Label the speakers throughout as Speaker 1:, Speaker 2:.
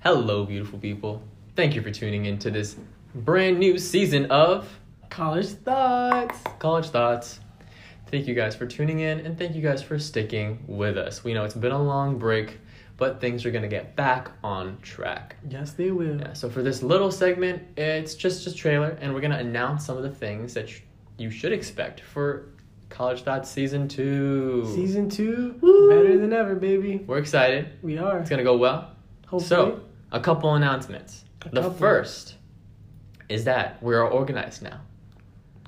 Speaker 1: Hello, beautiful people. Thank you for tuning in to this brand new season of College Thoughts. College Thoughts. Thank you guys for tuning in and thank you guys for sticking with us. We know it's been a long break, but things are going to get back on track.
Speaker 2: Yes, they will.
Speaker 1: Yeah, so for this little segment, it's just a trailer and we're going to announce some of the things that sh- you should expect for College Thoughts Season 2.
Speaker 2: Season two,
Speaker 1: Woo!
Speaker 2: better than ever, baby.
Speaker 1: we're excited.
Speaker 2: We are.
Speaker 1: It's going to go well.
Speaker 2: Hopefully.
Speaker 1: So, a couple announcements.
Speaker 2: A
Speaker 1: the
Speaker 2: couple.
Speaker 1: first is that we are organized now.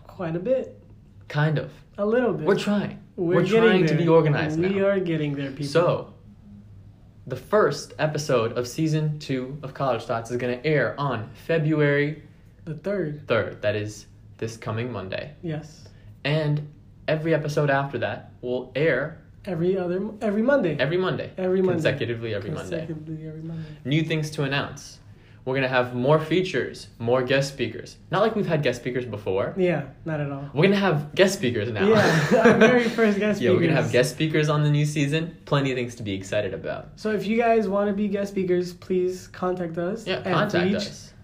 Speaker 2: quite a bit,
Speaker 1: Kind of.
Speaker 2: a little bit.
Speaker 1: We're trying.
Speaker 2: We're
Speaker 1: we're
Speaker 2: getting
Speaker 1: trying to
Speaker 2: there.
Speaker 1: be organized
Speaker 2: We
Speaker 1: now.
Speaker 2: are getting there, people.
Speaker 1: So, the first episode of season two of College Thoughts is going to air on February
Speaker 2: the third,
Speaker 1: 3rd. That is this coming Monday.
Speaker 2: yes,
Speaker 1: And every episode after that will air
Speaker 2: every other every Monday,
Speaker 1: every Monday.
Speaker 2: Every Monday.
Speaker 1: Consecutively every Monday.
Speaker 2: consecutively every Monday.
Speaker 1: new things to announce. We're gonna have more features, more guest speakers. Not like we've had guest speakers before.
Speaker 2: Yeah, not at all.
Speaker 1: We're gonna have guest speakers now.
Speaker 2: Yeah, our very first guest
Speaker 1: Yeah, we're gonna have
Speaker 2: speakers.
Speaker 1: guest speakers on the new season. Plenty of things to be excited about.
Speaker 2: So if you guys want to be guest speakers, please contact us.
Speaker 1: Yeah,
Speaker 2: at
Speaker 1: contact
Speaker 2: reach
Speaker 1: us.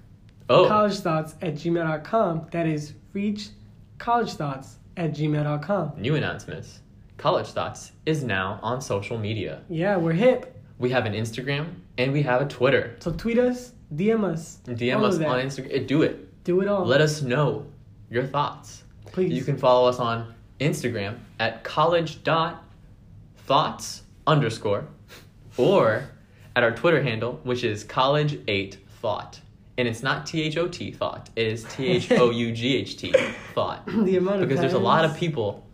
Speaker 1: Oh,
Speaker 2: college thoughts at gmail.com. That is reach college thoughts at gmail.com.
Speaker 1: new announcements. College Thoughts is now on social media.
Speaker 2: Yeah, we're hip.
Speaker 1: We have an Instagram and we have a Twitter.
Speaker 2: So tweet us, DM us,
Speaker 1: DM
Speaker 2: All of
Speaker 1: us
Speaker 2: that. Oh.
Speaker 1: on Instagram. Do it.
Speaker 2: do it all.
Speaker 1: Let us know your thoughts.
Speaker 2: please.
Speaker 1: You can follow us on Instagram at college.thoughts underscore or at our Twitter handle, which is college8thought. And it's not T H O T thought, it is T H O U G H T thought.
Speaker 2: the amount of
Speaker 1: Because there's a lot of
Speaker 2: times
Speaker 1: people.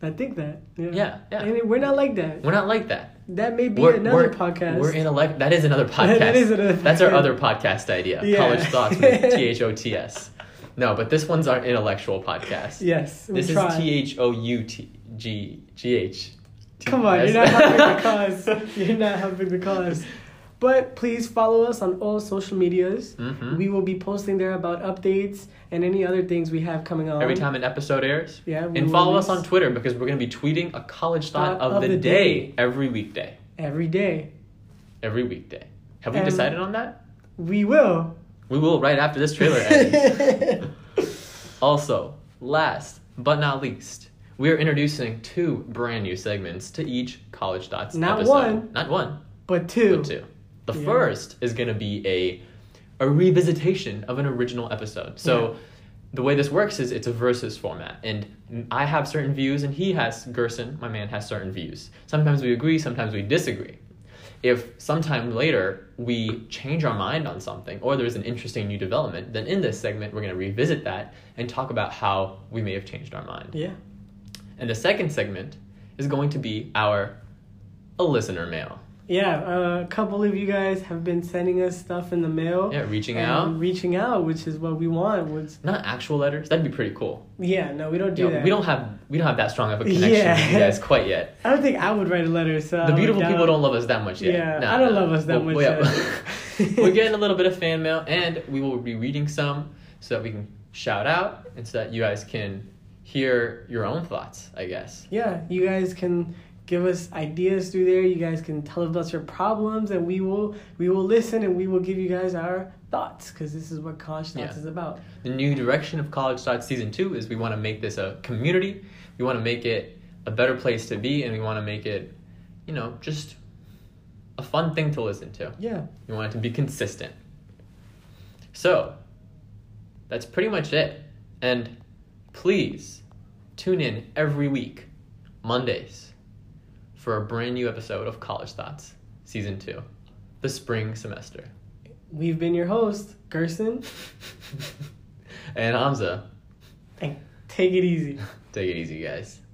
Speaker 2: that think that. Yeah,
Speaker 1: Yeah, yeah.
Speaker 2: And we're not like that.
Speaker 1: We're not like that.
Speaker 2: That may be
Speaker 1: We're,
Speaker 2: another
Speaker 1: we're,
Speaker 2: podcast.
Speaker 1: We're in a like that is another podcast.
Speaker 2: That is another
Speaker 1: That's our
Speaker 2: podcast.
Speaker 1: other podcast idea.
Speaker 2: Yeah.
Speaker 1: College thoughts with T H O T S. No, but this one's our intellectual podcast.
Speaker 2: yes, we
Speaker 1: This is
Speaker 2: try.
Speaker 1: T H O U T G G H.
Speaker 2: Come on, you're not helping the cause. You're not helping the cause. But please follow us on all social medias.
Speaker 1: Mhm.
Speaker 2: We will be posting there about updates and any other things we have coming on.
Speaker 1: Every time an episode airs.
Speaker 2: Yeah, we
Speaker 1: And follow us
Speaker 2: release-
Speaker 1: on Twitter because we're going to be tweeting a college thought of, the, day, every weekday.
Speaker 2: Every day.
Speaker 1: Every weekday. Have we
Speaker 2: And-
Speaker 1: decided on that?
Speaker 2: We will.
Speaker 1: We will right after this trailer ends. also, last but not least, we are introducing two brand new segments to each College Dots
Speaker 2: Not
Speaker 1: episode.
Speaker 2: one.
Speaker 1: Not one,
Speaker 2: but two.
Speaker 1: but two. The
Speaker 2: Yeah.
Speaker 1: first is going to be a a revisitation of an original episode. So
Speaker 2: Yeah.
Speaker 1: the way this works is it's a versus format, and I have certain views, and he has Gerson, my man, has certain views. Sometimes we agree, sometimes we disagree. If sometime later we change our mind on something, or there's an interesting new development, then in this segment we're going to revisit that and talk about how we may have changed our mind.
Speaker 2: Yeah.
Speaker 1: And the second segment is going to be our a listener mail.
Speaker 2: Yeah. Uh, a couple of you guys have been sending us stuff in the mail.
Speaker 1: Yeah, reaching
Speaker 2: and
Speaker 1: out.
Speaker 2: Reaching out, which is what we want. Which,
Speaker 1: not actual letters. That'd be pretty cool.
Speaker 2: yeah, no, we don't do
Speaker 1: You know,
Speaker 2: that.
Speaker 1: we don't have we don't have that strong of a connection with you
Speaker 2: Yeah.
Speaker 1: guys quite yet.
Speaker 2: I don't think I would write a letter. So I
Speaker 1: The
Speaker 2: would
Speaker 1: beautiful
Speaker 2: doubt-
Speaker 1: people don't love us that much yet.
Speaker 2: Yeah,
Speaker 1: No,
Speaker 2: I don't
Speaker 1: no.
Speaker 2: love us that
Speaker 1: Well,
Speaker 2: much
Speaker 1: well, yeah.
Speaker 2: yet.
Speaker 1: We're getting a little bit of fan mail, and we will be reading some so that we can shout out and so that you guys can hear your own thoughts. I guess.
Speaker 2: Yeah, you guys can give us ideas through there. You guys can tell us your problems, and we will we will listen and we will give you guys our thoughts because this is what college thoughts
Speaker 1: Yeah.
Speaker 2: is about.
Speaker 1: The new direction of College Thoughts Season 2 is we want to make this a community. We want to make it a better place to be, and we want to make it, you know, just a fun thing to listen to.
Speaker 2: Yeah,
Speaker 1: You want it to be consistent. So, that's pretty much it. And please tune in every week, Mondays, for a brand new episode of College Thoughts, Season 2, the spring semester.
Speaker 2: we've been your host, Gerson,
Speaker 1: and Hamza,
Speaker 2: and take it easy.
Speaker 1: take it easy, guys.